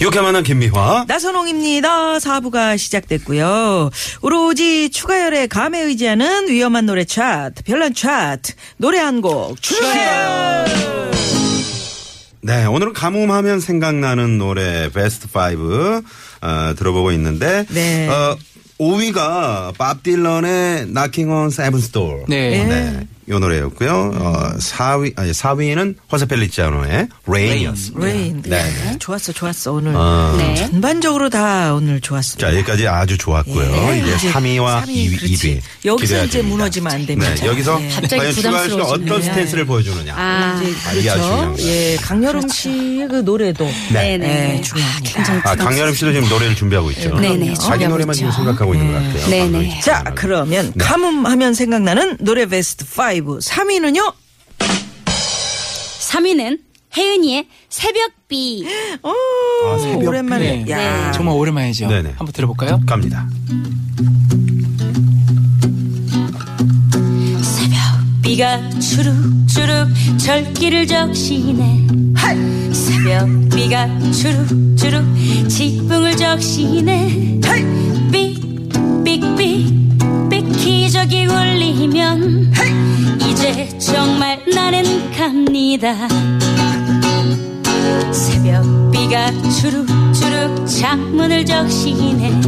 유쾌만한 김미화. 나선홍입니다. 사부가 시작됐고요. 오로지 추가열의 감에 의지하는 위험한 노래 차트, 별난 차트, 노래 한 곡 추가열. 네, 오늘은 가뭄하면 생각나는 노래 베스트 5 어, 들어보고 있는데 네. 어, 5위가 밥 딜런의 Knocking on Seventh Door. 네. 네. 요 노래였고요. 어, 4위 아니 4위는 호세 펠리치아노의 Rain이었습니다. 레인. 네. 좋았어, 좋았어, 오늘. 네. 어, 전반적으로 다 오늘 좋았어. 자, 여기까지 아주 좋았고요. 네. 이제 3위와 2위, 1위. 여기서 기대가 이제 됩니다. 무너지면 안 됩니다. 네, 여기서 네. 과연 추가할 수 어떤 스탠스를 보여주느냐. 아, 아, 이게 아주 중요한 그렇죠. 거예요. 예, 강여름 씨의 그 노래도 네. 네, 중요합니다. 아, 강여름 씨도 지금 노래를 준비하고 있죠. 자기 네네, 준비하고 노래만 지금 있죠. 생각하고 있는 것 음, 같아요. 네네. 방송이 자, 시작하고. 그러면 네. 가뭄하면 생각나는 노래 베스트 5. 3위는요? 3위는 혜은이의 새벽비. 오, 아, 새벽 오랜만에. 네. 야, 정말 오랜만이죠. 네네. 한번 들어볼까요? 갑니다. 새벽비가 주룩주룩 절기를 적시네. 새벽비가 주룩주룩 지붕을 적시네. 삑삑삑 삑기적이 울리면 이제 정말 나는 갑니다. 새벽비가 주룩주룩 창문을 적시네.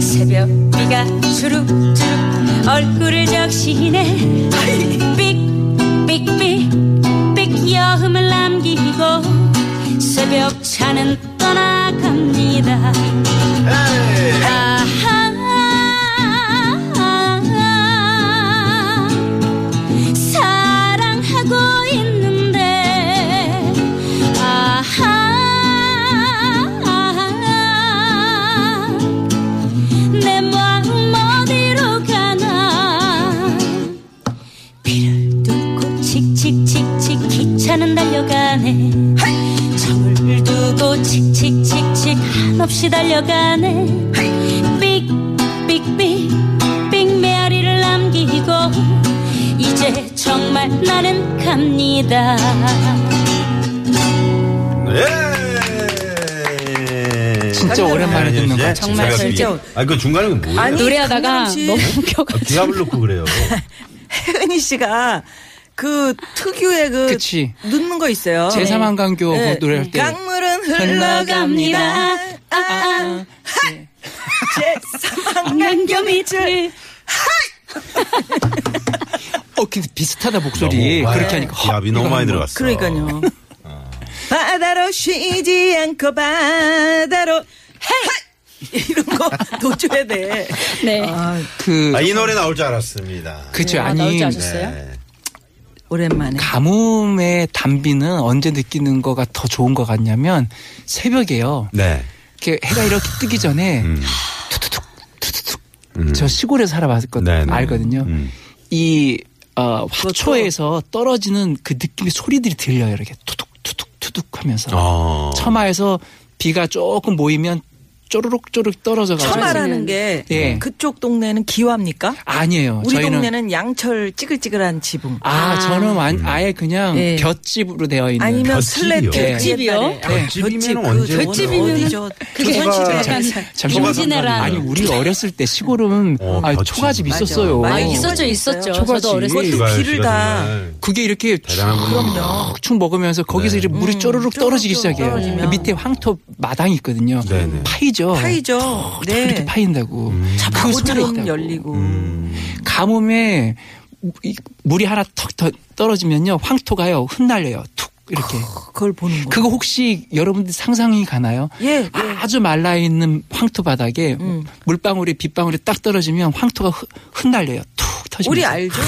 새벽 비가 주룩주룩 얼굴을 적시네 삑삑삑 삑 여음을 남기고 새벽 차는 떠나갑니다 아하 사랑하고 있는데 아하 내 마음 어디로 가나 비를 뚫고 칙칙칙칙 기차는 달려가네 정을 두고 칙칙칙칙 한없이 달려가네 삑삑삑 삑 메아리를 남기고 이제 정말 나는 갑니다 예! 진짜 오랜만에 아니, 듣는 이제 거. 정말 새벽 진짜- 비기. 아, 그 중간에 그 뭐예요? 아니, 노래하다가 강남지. 너무 웃겨가지고 아, 기합을 놓고 그래요. 혜은이 씨가 그 특유의 그 그치. 늦는 거 있어요. 제3한강교 뭐 네. 노래할 때. 강물은 흘러갑니다. 네. 아, 아, 제3한강교 밑을. 어, 근데 비슷하다 목소리. 너무 그렇게 많이- 하니까. 허, 기합이 너무 이거 많이 한번. 들어갔어. 그러니까요. 바다로 쉬지 않고 바다로 헤 이런 거 놓쳐야 돼. 네 아, 그, 아, 이 노래 나올 줄 알았습니다. 그쵸. 아, 나올 아니, 줄 아셨어요? 네. 오랜만에. 가뭄의 담비는 언제 느끼는 거가 더 좋은 것 같냐면 새벽에요. 네. 이렇게 해가 이렇게 뜨기 전에 음. 투투툭, 투투툭. 저 시골에 살아봤거든요. 네, 네. 알거든요. 음. 이 어, 화초에서 그렇죠. 떨어지는 그 느낌의 소리들이 들려요. 이렇게 투둑 투둑 투둑 하면서 어. 처마에서 비가 조금 모이면 쪼르륵 쪼르륵 떨어져 가지고 처마라는 게 예. 그쪽 동네는 기화입니까? 아니에요. 우리 저희는 동네는 양철 찌글찌글한 지붕. 아, 저는 음. 완, 아예 그냥 예. 곁집으로 되어 있는 아니면 볏집이요? 슬래트 예. 볏집이요? 볏집이면 언제 볏집이면 어디죠? 그게 뭐 초가- 약간 잠시만요. 김진애랑 아니 우리 어렸을 때 시골은 어, 아, 곁집. 초가집 맞아. 있었어요. 맞아. 아 있었죠. 네. 있었죠 있었죠 초가집. 저도 어렸을 그 때 기발 길을 씨가 다- 정말 그게 이렇게 대단한 네. 분이네요. 쭉쭉 먹으면서 거기서 이렇게 물이 쪼르륵 떨어지기 음, 쪼르륵 시작해요. 떨어지면. 밑에 황토 마당이 있거든요. 네네. 음. 파이죠. 파이죠. 이렇게 네. 파인다고. 그 소리가 자꾸처럼 있다고. 열리고. 가뭄에 이 물이 하나 턱 더- 떨어지면요 황토가요 흩날려요 툭 이렇게. 그걸 보는 거. 그거 혹시 여러분들 상상이 가나요? 예, 음. 예. 아주 말라 있는 황토 바닥에 물방울이 빗방울이 딱 떨어지면 황토가 흩- 흩날려요. 툭 터지면서. 우리 알죠.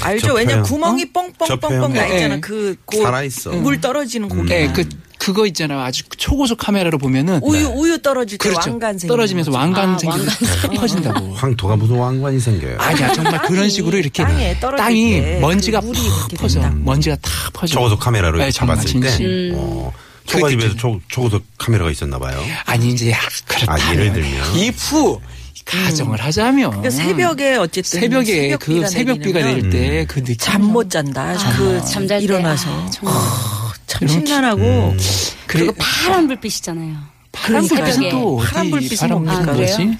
알죠. 접혀요. 왜냐면 구멍이 뻥뻥뻥뻥 접혀요. 나 있잖아. 예. 그, 고- 살아있어. 물 떨어지는 고기. 예, 그, 그거 있잖아요. 아주 초고속 카메라로 보면은 우유 우유 떨어질 때 그렇죠. 왕관 생 떨어지면서 왕관 아, 생기고 탁 퍼진다고. 황토가 무슨 왕관이 생겨요. 아니야 정말 그런 식으로 이렇게 땅에 떨어질 땅이 때 먼지가 그 팍 물이 이렇게 퍼져 된다. 먼지가 탁 퍼져 적어도 카메라로 네, 정말 잡았을 때. 진심. 음. 그 어, 초가집에서 초, 초고속 카메라가 있었나 봐요. 아니 이제 야, 그렇다 아, 예를 들면. 이후 가정을 하자면 그러니까 새벽에 어쨌든 새벽에 그 새벽비가 내릴 때 그 느낌 잠못 잔다. 그 아, 잠잘 때 일어나서 음. 아, 정말 참 신난하고 그래 파란 불빛이잖아요. 파란 그러니까요. 불빛은 또 파란 어디 불빛은 파란 뭡니까? 불빛은 뭐지?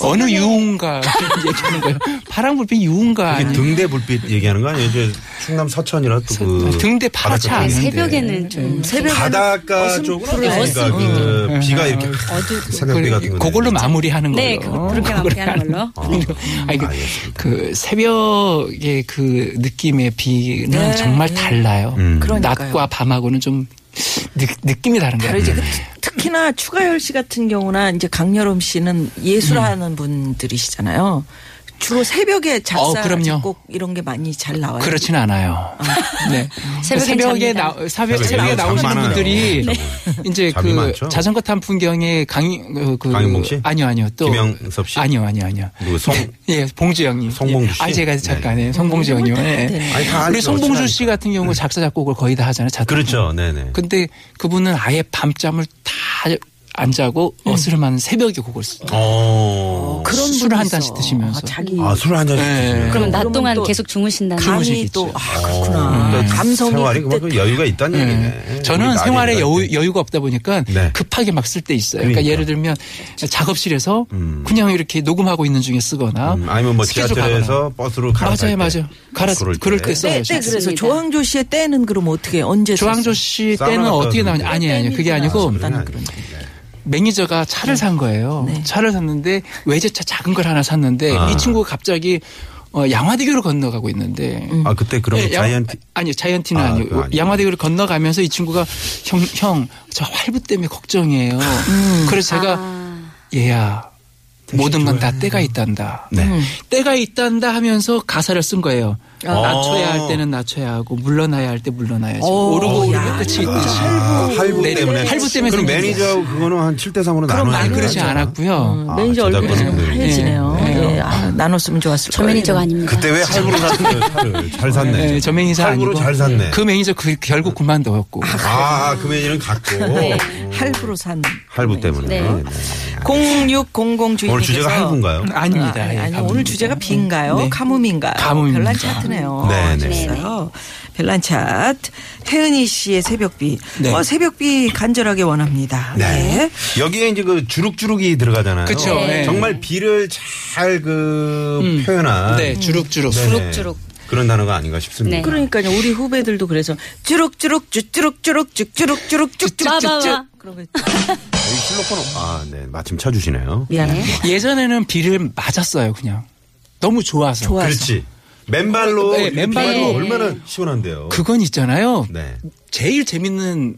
어느 유흥가 얘기하는 거예요? 파란 불빛 유흥가 이게 아니에요? 등대 불빛 얘기하는 거 아니에요? 이제 충남 서천이라 또 그 등대 바닷가 파랗지 쪽에 아, 네. 네. 않은데 새벽에는 좀 새벽에 바닷가 쪽은 어디가 그 비가 이렇게 새벽비 같은 거 그걸로 내리죠. 마무리하는 네, 걸로. 그- 그렇게 마무리하는 걸로. 아니, 그, 알겠습니다. 그 새벽의 그 느낌의 비는 정말 달라요. 음. 그러니까요. 낮과 밤하고는 좀 느, 느낌이 다른 거예요. 다르지. 그 특- 특히나 추가열 씨 같은 경우나 이제 강여름 씨는 예술하는 분들이시잖아요. 주로 새벽에 작사 어, 그럼요. 그렇죠. 작곡 이런 게 많이 잘 나와요. 그렇진 않아요. 네. 새벽엔 새벽에 잡니다. 나, 새벽, 새벽에 새벽에 잠 나오시는 많아요. 네. 분들이 이제 잠이 그 많죠? 자전거 탄 풍경에 강, 그, 그 강인봉 씨? 아니요, 아니요. 또. 김영섭 씨? 아니요, 아니요, 아니요. 누구, 송- 예, 봉주 형님. 송봉주 씨? 아, 제가 네. 잠깐, 네. 송봉주 형님. 예. 아니, 다 우리 알죠. 송봉주 씨 어찌나 같은 경우 작사, 작곡을 거의 다 하잖아요. 작곡. 그렇죠. 네네. 근데 그분은 아예 밤잠을 다 안 자고 음. 어스름한 새벽에 곡을 쓰- 어. 그런 술을 분이 한 있어. 잔씩 드시면서. 아, 자기 아, 술을 한 잔씩 네. 드시면. 그러면 낮 그러면 동안 또 계속 주무시겠죠. 감이 주무시겠죠. 또 아, 그렇구나. 감성이 어. 네, 생활이 그때 그만큼 여유가 있다는 얘기네. 저는 낮이니까 생활에 여유, 이제. 여유가 없다 보니까 네. 급하게 막 쓸 때 있어요. 그러니까, 그러니까. 예를 들면 작업실에서 그냥 이렇게 녹음하고 있는 중에 쓰거나 음, 아니면 뭐 스케줄 가거나. 지하철에서 버스로 갈아탈 맞아요, 때. 맞아요. 갈아 그럴 네, 그럴 때. 때 써요. 때, 때 진짜. 그래서 좋습니다. 조항조 씨의 때는 그럼 어떻게 언제 조항조 씨 싸우러 때는 갔다 어떻게 오는 나오냐? 거. 아니 아니 그게 아니고 그건 나는 아니에요. 네. 매니저가 차를 산 거예요. 차를 샀는데 외제차 작은 걸 하나 샀는데 아. 이 친구가 갑자기 어, 양화대교를 건너가고 있는데 아, 그때 그럼 예, 양- 자이언티. 아니요 자이언티는 아, 아, 니고 그거 아니고. 양화대교를 건너가면서 이 친구가 형 형 저 활부 때문에 걱정이에요. 그래서 제가 얘야 모든 건 다 때가 있단다. 네. 때가 있단다 하면서 가사를 쓴 거예요. 낮춰야 어. 할 때는 낮춰야 하고 물러나야 할 때 물러나야지. 오. 오르고 야, 오르면 끝이 이거 있듯이. 아, 할부 내리- 때문에. 할부 네, 때문에 그럼 생긴 매니저하고 그거는 한 7대 3으로 나눠야 그럼 말 그렇죠. 그러지 않았고요. 아, 매니저 얼굴이 저작권은 좀 그래요. 하얘지네요. 네. 예, 아, 나눴으면 좋았을 저 거예요. 매니저가 아닙니다. 그때 왜 할부로 샀어요? 차를? 잘 샀네. 네, 저 매니저 할부로 아니고 잘 샀네. 그 매니저 그 결국 그만뒀고. 아, 그 매니저는 갖고. 네. 할부로 산. 할부 때문에. 네. 0600 네. 아. 주인님께서 오늘 주제가 할부인가요? 아닙니다. 아, 예, 아니, 아니, 가뭄. 오늘 주제가 비인가요? 네. 가뭄인가요? 가뭄입니다. 별난 차트네요. 네, 네. 네요 별난 차트. 혜은이 씨의 새벽비. 네. 어, 새벽비 간절하게 원합니다. 네. 네. 여기에 이제 그 주룩주룩이 들어가잖아요. 그쵸, 네. 정말 비를 잘 그 표현한 네, 주룩주룩. 네네. 주룩주룩. 그런 단어가 아닌가 싶습니다. 네. 그러니까요. 우리 후배들도 그래서 쭈룩쭈룩 쭈쭈룩쭈룩 쭈쭈룩쭈룩 쭈쭈룩쭈룩 빠바바. 그런 거 있죠. 여기 실로폰 없- 아, 네. 마침 쳐 주시네요. 미안합니다. 예전에는 비를 맞았어요, 그냥. 너무 좋아서. 좋아서. 그렇지. 맨발로 네, 이렇게 맨발로. 비가 네. 얼마나 시원한데요. 그건 있잖아요. 네. 제일 재밌는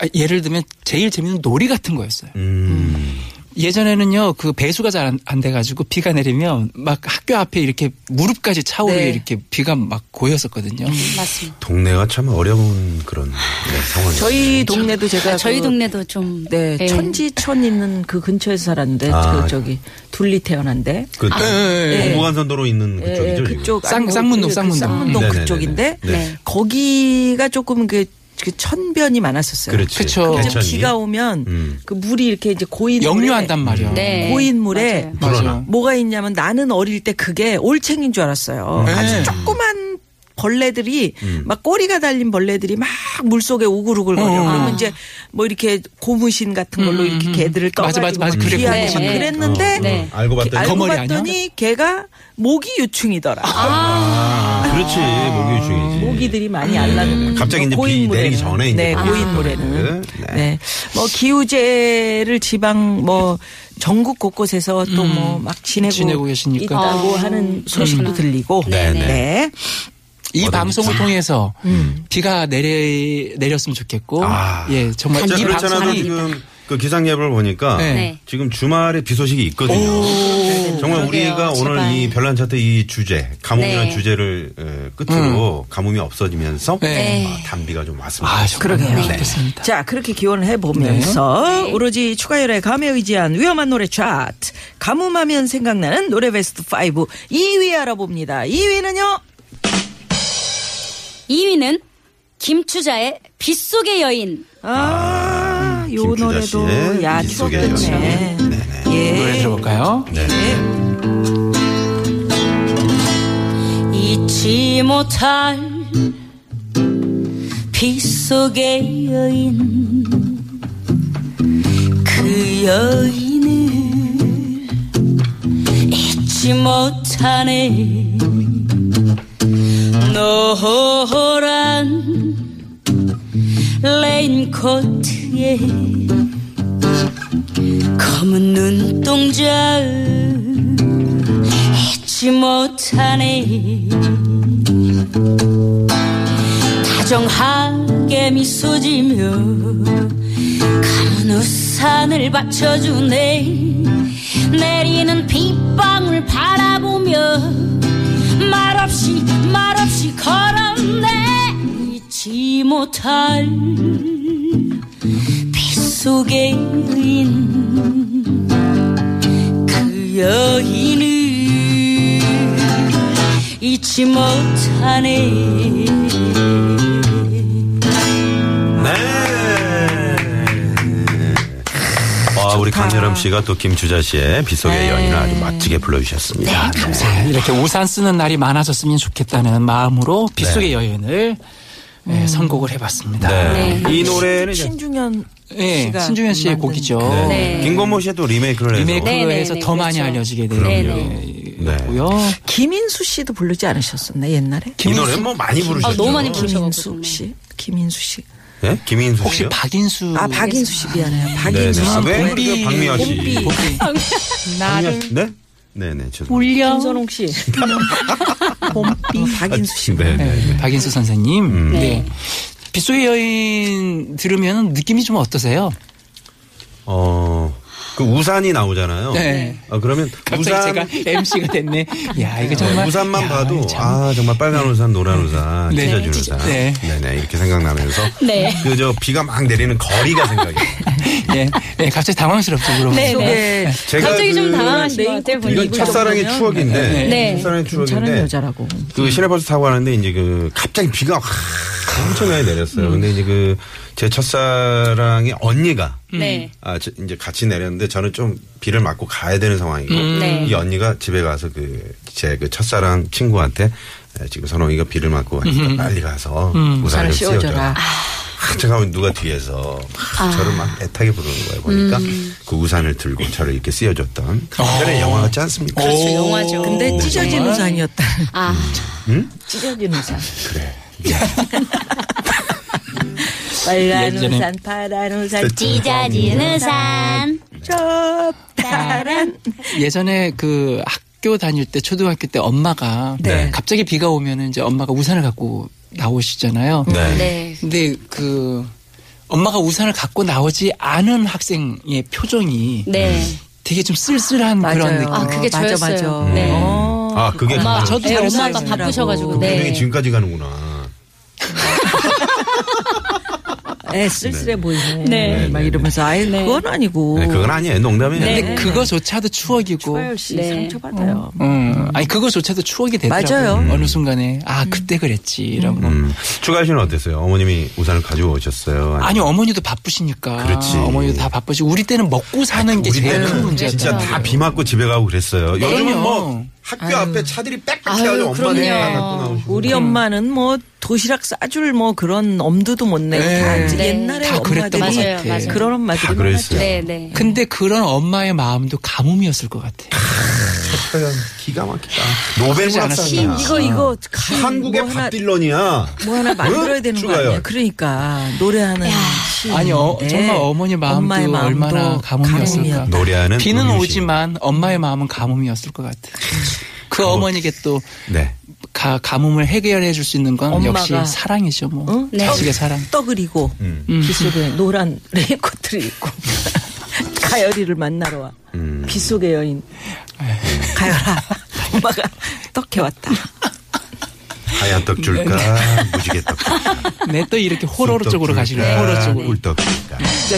아, 예를 들면 제일 재밌는 놀이 같은 거였어요. 음. 예전에는요 그 배수가 잘 안 돼가지고 비가 내리면 막 학교 앞에 이렇게 무릎까지 차오르게 네. 이렇게 비가 막 고였었거든요. 그 맞습니다. 동네가 참 어려운 그런 네, 상황이에요. 저희 동네도 제가 아, 저희 그 동네도 좀 네, 예. 천지천 있는 그 근처에서 살았는데 아. 그 저기 둘리 태어난데 그 예, 예. 공무간선도로 있는 그쪽이죠. 지금? 네, 그쪽 쌍- 아니고 쌍문동, 그 쌍문동. 쌍문동 네네네네. 그쪽인데 네. 거기가 조금 그, 그 천변이 많았었어요. 네. 그렇지. 그쵸. 근데 그렇죠. 개천이. 비가 오면 음. 그 물이 이렇게 이제 고인 역류한단 말이야. 네. 고인 물에 맞아요. 맞아요. 뭐가 있냐면 나는 어릴 때 그게 올챙인 줄 알았어요. 네. 아주 조그만 벌레들이 막 꼬리가 달린 벌레들이 막 물속에 우글우글 거려. 어. 그러면 이제 뭐 이렇게 고무신 같은 걸로 이렇게 개들을 맞아, 떠가지고 맞아, 맞아. 막 그래, 귀하게 고무신. 막 네. 그랬는데 어, 네. 알고 봤더니 개- 알고 거머리 아니야? 봤더니 걔가 모기 유충이더라. 아, 그렇지. 모기 유충이지. 모기들이 많이 알라는 갑자기 이제 비 내리기 전에 이제 네, 보기 고인물에는 때문에. 네. 네. 뭐 기우제를 지방 뭐 전국 곳곳에서 또 뭐 막 지내고, 지내고 계시니까. 있다고 하는 소식도 들리고 아. 네, 네. 네. 이 어떤 방송을 통해서 비가 내려 내렸으면 좋겠고 아. 예 정말 진짜 이 그렇잖아요. 방송이 지금 그 기상 예보를 보니까 네. 네. 지금 주말에 비 소식이 있거든요. 정말 그러게요, 우리가 오늘 제발. 이 별난 차트 이 주제 가뭄이라는 네. 주제를 에, 끝으로 가뭄이 없어지면서 네. 아, 단비가 좀 왔습니다. 아, 정말 그러게요. 네. 좋겠습니다. 자, 그렇게 기원을 네. 해보면서 오로지 추가열의 감에 의지한 위험한 노래 차트. 가뭄하면 생각나는 노래 베스트 5 2위 알아봅니다. 2위는요? 2위는 김추자의 빗속의 여인. 아, 요 김추자 노래도 씨의 야, 빗속의 추억같네. 여인. 네네. 노래 예. 들어볼까요? 네. 잊지 못할 빗속의 여인 그 여인을 잊지 못하네 노란 레인코트에 검은 눈동자 잊지 못하네 다정하게 미소 지며 감은 우산을 받쳐주네 내리는 빗방울 바라보며 말없이 말없이 걸었네 잊지 못할 빗속의 여인 그 여인을 잊지 못하네 네. 와, 아, 우리 강여름 씨가 또 김주자 씨의 빗속의 여인을 아주 멋지게 불러주셨습니다. 네, 네, 이렇게 우산 쓰는 날이 많아졌으면 좋겠다는 마음으로 빗속의 여인을 네, 음. 선곡을 해봤습니다. 네. 이 노래는 이제 신중현 네, 씨가 신중현 씨의 만든- 곡이죠. 네. 김건모 씨의 또 리메이크를 해서 리메이크 네, 네, 해서 네, 더 많이 그렇죠. 알려지게 그럼요. 네. 되고요. 김인수 씨도 부르지 않으셨었나 옛날에? 이 노래는 뭐 많이 부르셨죠. 아, 너무 많이 부르- 김인수 부르셔가지고, 씨. 김인수 씨. 예? 김인수 혹시 씨요? 박인수 아, 박인수 씨 미안해요. 네네. 박인수 씨. 아, 왜? 봄비. 박미화 씨. 봄비. 박미화 씨. 네? 네네, 죄송합니다. 울려 김선홍 씨. 봄비. 박인수 씨. 네, 네. 네, 박인수 선생님. 네. 네. 빗속의 여인 들으면 느낌이 좀 어떠세요? 어, 그 우산이 나오잖아요. 네. 아, 그러면 갑자기 우산, 제가 MC가 됐네. 야, 이거 네, 정말 우산만 야, 봐도 참. 아 정말 빨간 우산, 노란 우산, 네. 찢어진 우산, 네. 네. 네 이렇게 생각나면서 네. 그 저 비가 막 내리는 거리가 생각이. 나요. 네. 네, 갑자기 당황스럽죠, 그러면. 네, 네. 네. 제가 갑자기 좀 그- 당황하신 것 같아요 이건 보니까. 첫사랑의 추억인데 네. 네. 첫사랑의 괜찮은 추억인데 여자라고. 그 시내버스 타고 가는데 이제 그 갑자기 비가 확 엄청나게 내렸어요. 근데 이제 그 제 첫사랑의 언니가 네. 아, 저- 이제 같이 내렸는데 저는 좀 비를 맞고 가야 되는 상황이고 네. 이 언니가 집에 가서 그 제 그 첫사랑 친구한테 에, 지금 선홍이가 비를 맞고 가니까 빨리 가서 우산을 우산을 씌워줘라. 씌워줘라. 아, 제가 누가 뒤에서 막 저를 막 애타게 부르는 거예요. 보니까 그 우산을 들고 저를 이렇게 씌워줬던 그런 영화 같지 않습니까? 그렇죠 영화죠 근데 네, 찢어진 정말? 우산이었다. 음. 아 찢어진 우산. 그래. 빨간 예전에- 우산, 파란 우산, 네. 찢어진 음. 우산 좁다란. 예전에 그 학교 다닐 때 초등학교 때 엄마가 네. 갑자기 비가 오면은 이제 엄마가 우산을 갖고 나오시잖아요. 네. 네 근데 그 엄마가 우산을 갖고 나오지 않은 학생의 표정이 네. 되게 좀 쓸쓸한 그런 맞아요. 느낌. 아, 그게 맞아, 저였어요. 맞아. 네. 어. 아 그게 엄마 그 저도 애 다른 엄마가 사람이라고. 바쁘셔가지고 분명히 네 지금까지 가는구나. 에, 네, 쓸쓸해 보이네. 네. 막 이러면서 아예 그건 아니고. 네, 그건 아니에요. 농담이에요. 근데 그거조차도 추억이고. 허열 씨 네. 상처받아요. 음, 아니 그거조차도 추억이 되더라고요. 맞아요. 음. 어느 순간에 아 그때 그랬지 이런 거. 음. 추가 씨는 어땠어요? 어머님이 우산을 가지고 오셨어요? 아니 어머니도 바쁘시니까. 그렇지. 어머니도 다 바쁘시고 우리 때는 먹고 사는 게 우리 제일 네, 큰 때는 문제였죠. 네, 진짜 다 비 맞고 집에 가고 그랬어요. 요즘은 그럼요. 뭐 학교 앞에 차들이 빽빽 아유, 해가지고 엄마네 그럼요. 갖고 나오시고. 우리 엄마는 뭐 도시락 싸줄 뭐 그런 엄두도 못 내고 네. 다 이제 네. 옛날에 다 그랬던 엄마들이 네. 것 맞아요, 같아. 맞아요. 그런 다 엄마들이 그랬어요. 네, 네. 근데 그런 엄마의 마음도 가뭄이었을 것 같아. 그냥 기가 막히다. 노벨 그러지 많았어요. 문학상이야. 이거 이거 가- 한국의 뭐 하나 밥딜런이야. 뭐 하나 만들어야 응? 되는 거 추가열. 아니야? 그러니까 노래하는 시 아니 어, 정말 어머니 마음도, 엄마의 마음도 얼마나 가뭄이었을까. 가뭄이었다. 노래하는 비는 음유시. 오지만 엄마의 마음은 가뭄이었을 것 같아. 그 어머니께 또 네. 가, 가뭄을 해결해 줄 수 있는 건 역시 엄마가. 사랑이죠 뭐 응? 네. 자식의 사랑 떠그리고 음. 빗속에 노란 레인코트를 입고 가열이를 만나러 와. 빗속의 여인 가열아 엄마가 떡해 왔다. 하얀 떡 줄까? 무지개 떡 줄까? 네 또 이렇게 네. 호러 쑥떡 쪽으로 가시고 줄까? 호러 쪽으로 꿀떡 줄까? 예. 그렇죠.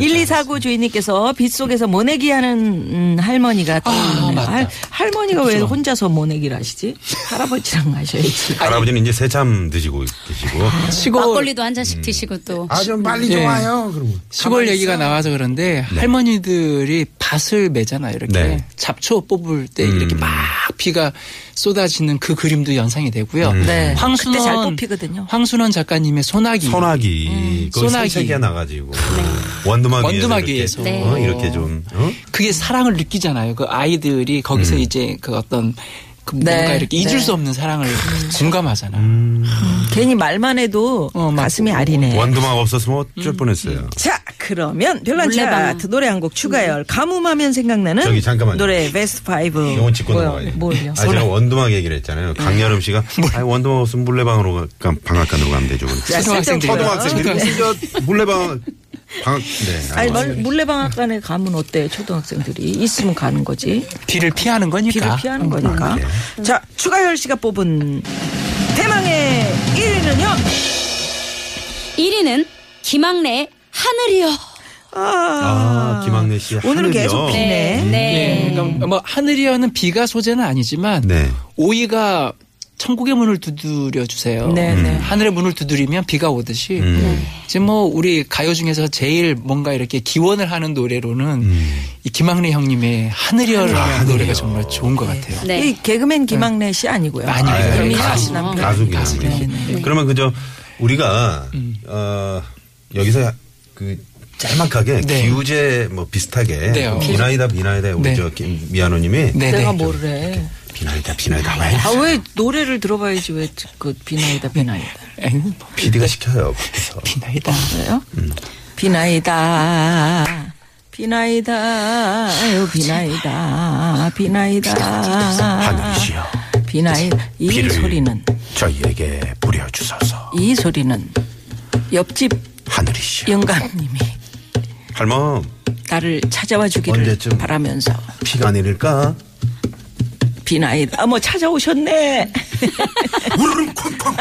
1249 주인님께서 빗속에서 모내기 하는 음, 할머니가 아, 떠오르네요. 맞다. 할, 할머니가 왜 혼자서 모내기를 하시지? 할아버지랑 하셔야지. 할아버지는 이제 새참 드시고 계시고 아, 시골 막걸리도 한 음. 잔씩 드시고 또 아 좀 빨리 좀 예. 와요. 그러면 시골 얘기가 나와서 그런데 할머니들이 밭을 매잖아요 이렇게 네. 잡초 뽑을 때 음. 이렇게 막 비가 쏟아지는 그 그림도 연상이 되고요 네. 황순원 그때 잘 뽑히거든요. 황순원 작가님의 소나기 소나기 음. 그 소나기. 색이 나가지고 네. 원두막 원두막 위에서 위에서. 이렇게, 네. 어, 이렇게 좀 어? 그게 사랑을 느끼잖아요. 그 아이들이 거기서 이제 그 어떤 그 네. 뭔가 이렇게 잊을 네. 그 수 없는 사랑을 공감하잖아. 괜히 말만 해도 어, 맞- 가슴이 아리네. 음. 원두막 없었으면 어쩔 뻔했어요. 자, 그러면 별난 몰래방아. 차트 노래 한 곡 추가열. 가뭄하면 생각나는 저기 잠깐만요. 노래 베스트 5. 영혼 짚고 뭐야, 넘어가야 돼. 뭘요? 네. 아, 제가 원두막 얘기를 했잖아요. 강여름 씨가 아, 원두막 없으면 물레방으로 가, 가- 방앗간으로 가면 되죠. 자, 초등학생들이. 쓸데없는 초등학생. 초등학생들이 진짜 물레방 방학 네. 아니, 아무튼. 뭘- 물레방앗간에 가면 어때? 초등학생들이 있으면 가는 거지. 비를 피하는 비를 거니까. 피하는 거니까. 자, 추가열 씨가 뽑은 대망의 1위는요. 1위는 김학래의 하늘이요. 아, 김학래 씨 오늘은 하늘이요. 음. 계속 비네. 네. 예, 네. 그러니까 뭐 하늘이와는 비가 소재는 아니지만 네. 오이가 천국의 문을 두드려 주세요. 음. 네, 네. 하늘의 문을 두드리면 비가 오듯이 음. 지금 뭐 우리 가요 중에서 제일 뭔가 이렇게 기원을 하는 노래로는 이 김학래 형님의 음. 아, 하늘이여라는 노래가 정말 좋은 것 같아요. 네. 이 개그맨 김학래 씨 아니고요. 아니고요. 아, 그럼 예. 이순신 가수, 남편. 가수 김학래 씨. 네, 그러면 그저 우리가 어, 여기서 그 짤막하게 네. 기우제 뭐 비슷하게 네요. 비나이다 비나이다 우리 네. 저 김- 미아노님이 네, 내가 뭐- 네. 뭘 해. 비나이다 비나이다 많이 아, 왜 노래를 들어봐야지 왜 그 비나이다 비나이다. 에이, 뭐 PD가 시켜요. 그래서. 비나이다. 그래요? 비나이다. 비나이다. 아유, 비나이다. 비나이다. 하늘이시여 비나이 이 비를 소리는 저희에게 부려주소서 이 소리는 옆집 하늘이시여 영감님이 할멈 나를 찾아와 주기를 언제쯤? 바라면서 비가 내릴까? 비나이다. 아, 뭐 어머 찾아오셨네. 우르릉 쾅쾅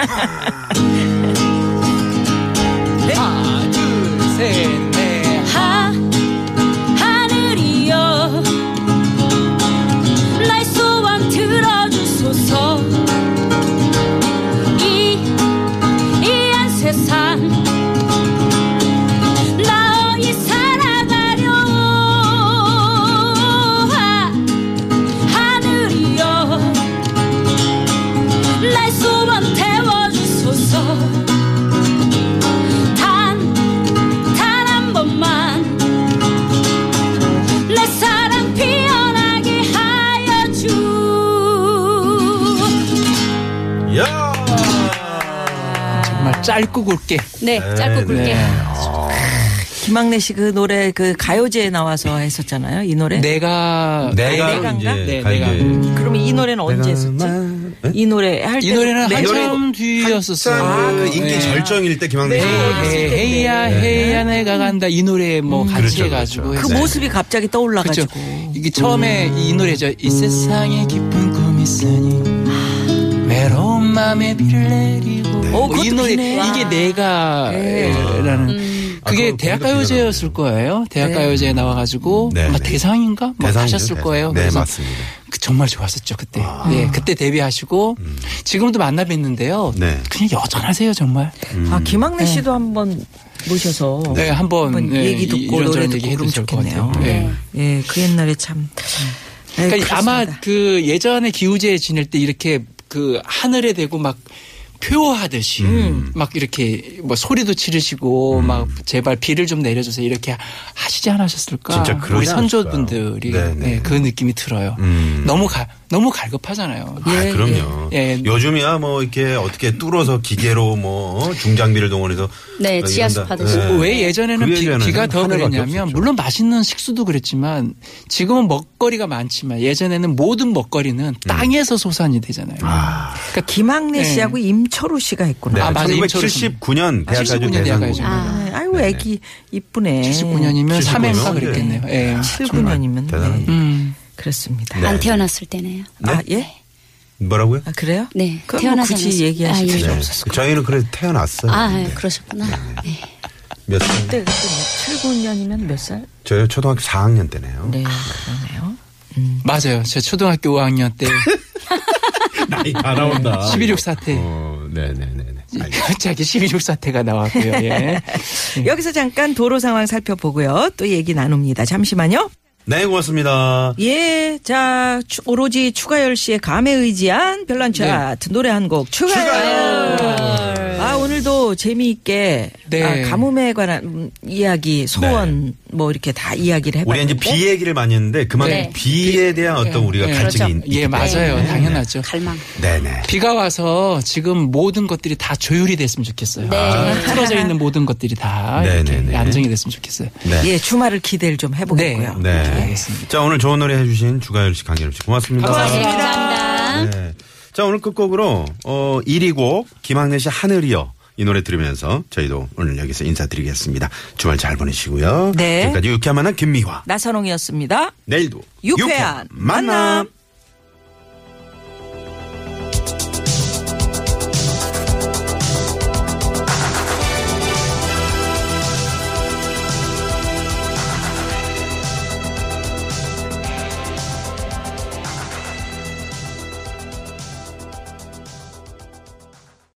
하나, 둘, 셋, 넷. 하 하늘이여 날 소원 들어주소서 이 이한 세상 나의 살아가려 하 하늘이여 날 소원 태워주소서 단 단 한 번만 내 사랑 피어나게 하여 주. 야 정말 짧고 굵게. 네, 짧고 굵게. 김학래 씨 그 노래 그 가요제에 나와서 했었잖아요. 이 네. 노래. 내가 내가 내가인가? 이제 네, 가 내가. 이제 그러면 이 노래는 언제 했었지? 이 노래 할 네. 때. 이 노래는 한참 한창 뒤였었어요. 네. 그 인기 절정일 때 김학래 씨. 헤이, 헤이야 헤이야 내가 간다 이 노래 뭐 같이 네, 음. 그렇죠, 해가지고 그렇죠. 그 했어요. 모습이 갑자기 그렇죠. 떠올라가지고. 이게 처음에 이 노래죠. 이 세상에 깊은 꿈이 있으니 외로운 마음에 비를 내리고 어, 뭐 그것도 이 노래 비네. 이게 예, 내가라는 네. 아, 그게 그거 대학가요제였을 거예요. 대학가요제에 나와가지고 네, 아, 네. 대상인가 뭐 대상이죠, 하셨을 대상. 거예요. 네, 그래서 맞습니다. 아. 그 정말 좋았었죠 그때. 예, 그때 데뷔하시고 지금도 만나 뵙는데요. 음. 네. 그냥 여전하세요 정말. 음. 아, 김학래 씨도 한번 모셔서. 네, 한번 한번 예, 얘기 듣고 이런저런 노래 듣고 얘기 해도 그러면 될것 같아요. 좋겠네요. 예. 예, 그 옛날에 참. 네, 에이, 그러니까 아마 그렇습니다. 그 예전에 기우제 지낼 때 이렇게 그 하늘에 대고 막 표어하듯이 막 이렇게 뭐 소리도 치르시고 막 제발 비를 좀 내려주세요 이렇게 하시지 않으셨을까? 진짜 그러지 우리 않았을까요? 선조분들이 네네. 네, 그 느낌이 들어요. 음. 너무 가, 너무 갈급하잖아요. 아, 그럼요. 예, 예. 요즘이야 뭐 이렇게 어떻게 뚫어서 기계로 뭐 어? 중장비를 동원해서 네, 어, 지하수 이런다. 파듯이. 네. 왜 예전에는 그 비, 예전에는 가더 하늘밖에 그랬냐면 없었죠. 물론 맛있는 식수도 그랬지만 지금은 먹거리가 많지만 예전에는 모든 먹거리는 땅에서 소산이 되잖아요. 음. 아, 김학래 네. 씨하고 임철우 씨가 있구나. 네. 아, 맞아요. 1979년 아, 대학가주 79년 대상고입니다. 네, 대학가요. 아, 아이고 애기 이쁘네. 79년이면 3회인가 79년? 그랬겠네요. 예. 79년이면 대단하네. 음. 그렇습니다. 네. 안 태어났을 때네요. 아 예? 뭐라고요? 아 그래요? 네. 그럼 뭐 태어나지 굳이 않았을- 얘기하실 아, 예. 필요 네. 없었을 것 저희는 그래도 태어났어요. 아, 네. 예, 그러셨구나. 네. 몇 살? 같아요. 그때 네, 79년이면 몇 살? 저요 초등학교 4학년 때네요. 네 그러네요. 맞아요. 제 초등학교 5학년 때 나이 다 나온다. 11.6 사태. 어, 네네네네. 알겠습니다. 갑자기 12.6 사태가 나왔고요. 예. 여기서 잠깐 도로 상황 살펴보고요. 또 얘기 나눕니다. 잠시만요. 네, 고맙습니다. 예, 자 추- 오로지 추가열 씨의 감에 의지한 별난 네. 차트 노래 한 곡 추가열. 아 오늘도 재미있게 네. 아, 가뭄에 관한 음, 이야기, 소원 뭐 이렇게 다 이야기를 네. 우리 이제 해봤는데 비 얘기를 많이 했는데 그만큼 네. 비에 대한 어떤 우리가 네. 갈증이 그렇죠. 있- 예, 맞아요. 네. 당연하죠. 갈망. 네네. 비가 와서 지금 모든 것들이 다 조율이 됐으면 좋겠어요. 아, 틀어져 있는 모든 것들이 다 네, 이렇게 네, 네. 안정이 됐으면 좋겠어요. 네. 예 주말을 기대를 좀 해보겠고요. 네. 알겠습니다. 자, 오늘 좋은 노래 해주신 주가열 씨, 강예름 씨. 고맙습니다. 네, 감사합니다. 네. 자, 오늘 끝곡으로, 어, 1위 곡, 김학래 씨 하늘이여. 이 노래 들으면서 저희도 오늘 여기서 인사드리겠습니다. 주말 잘 보내시고요. 네. 지금까지 유쾌한 만남 김미화. 나선홍이었습니다. 내일도 유쾌한 만남.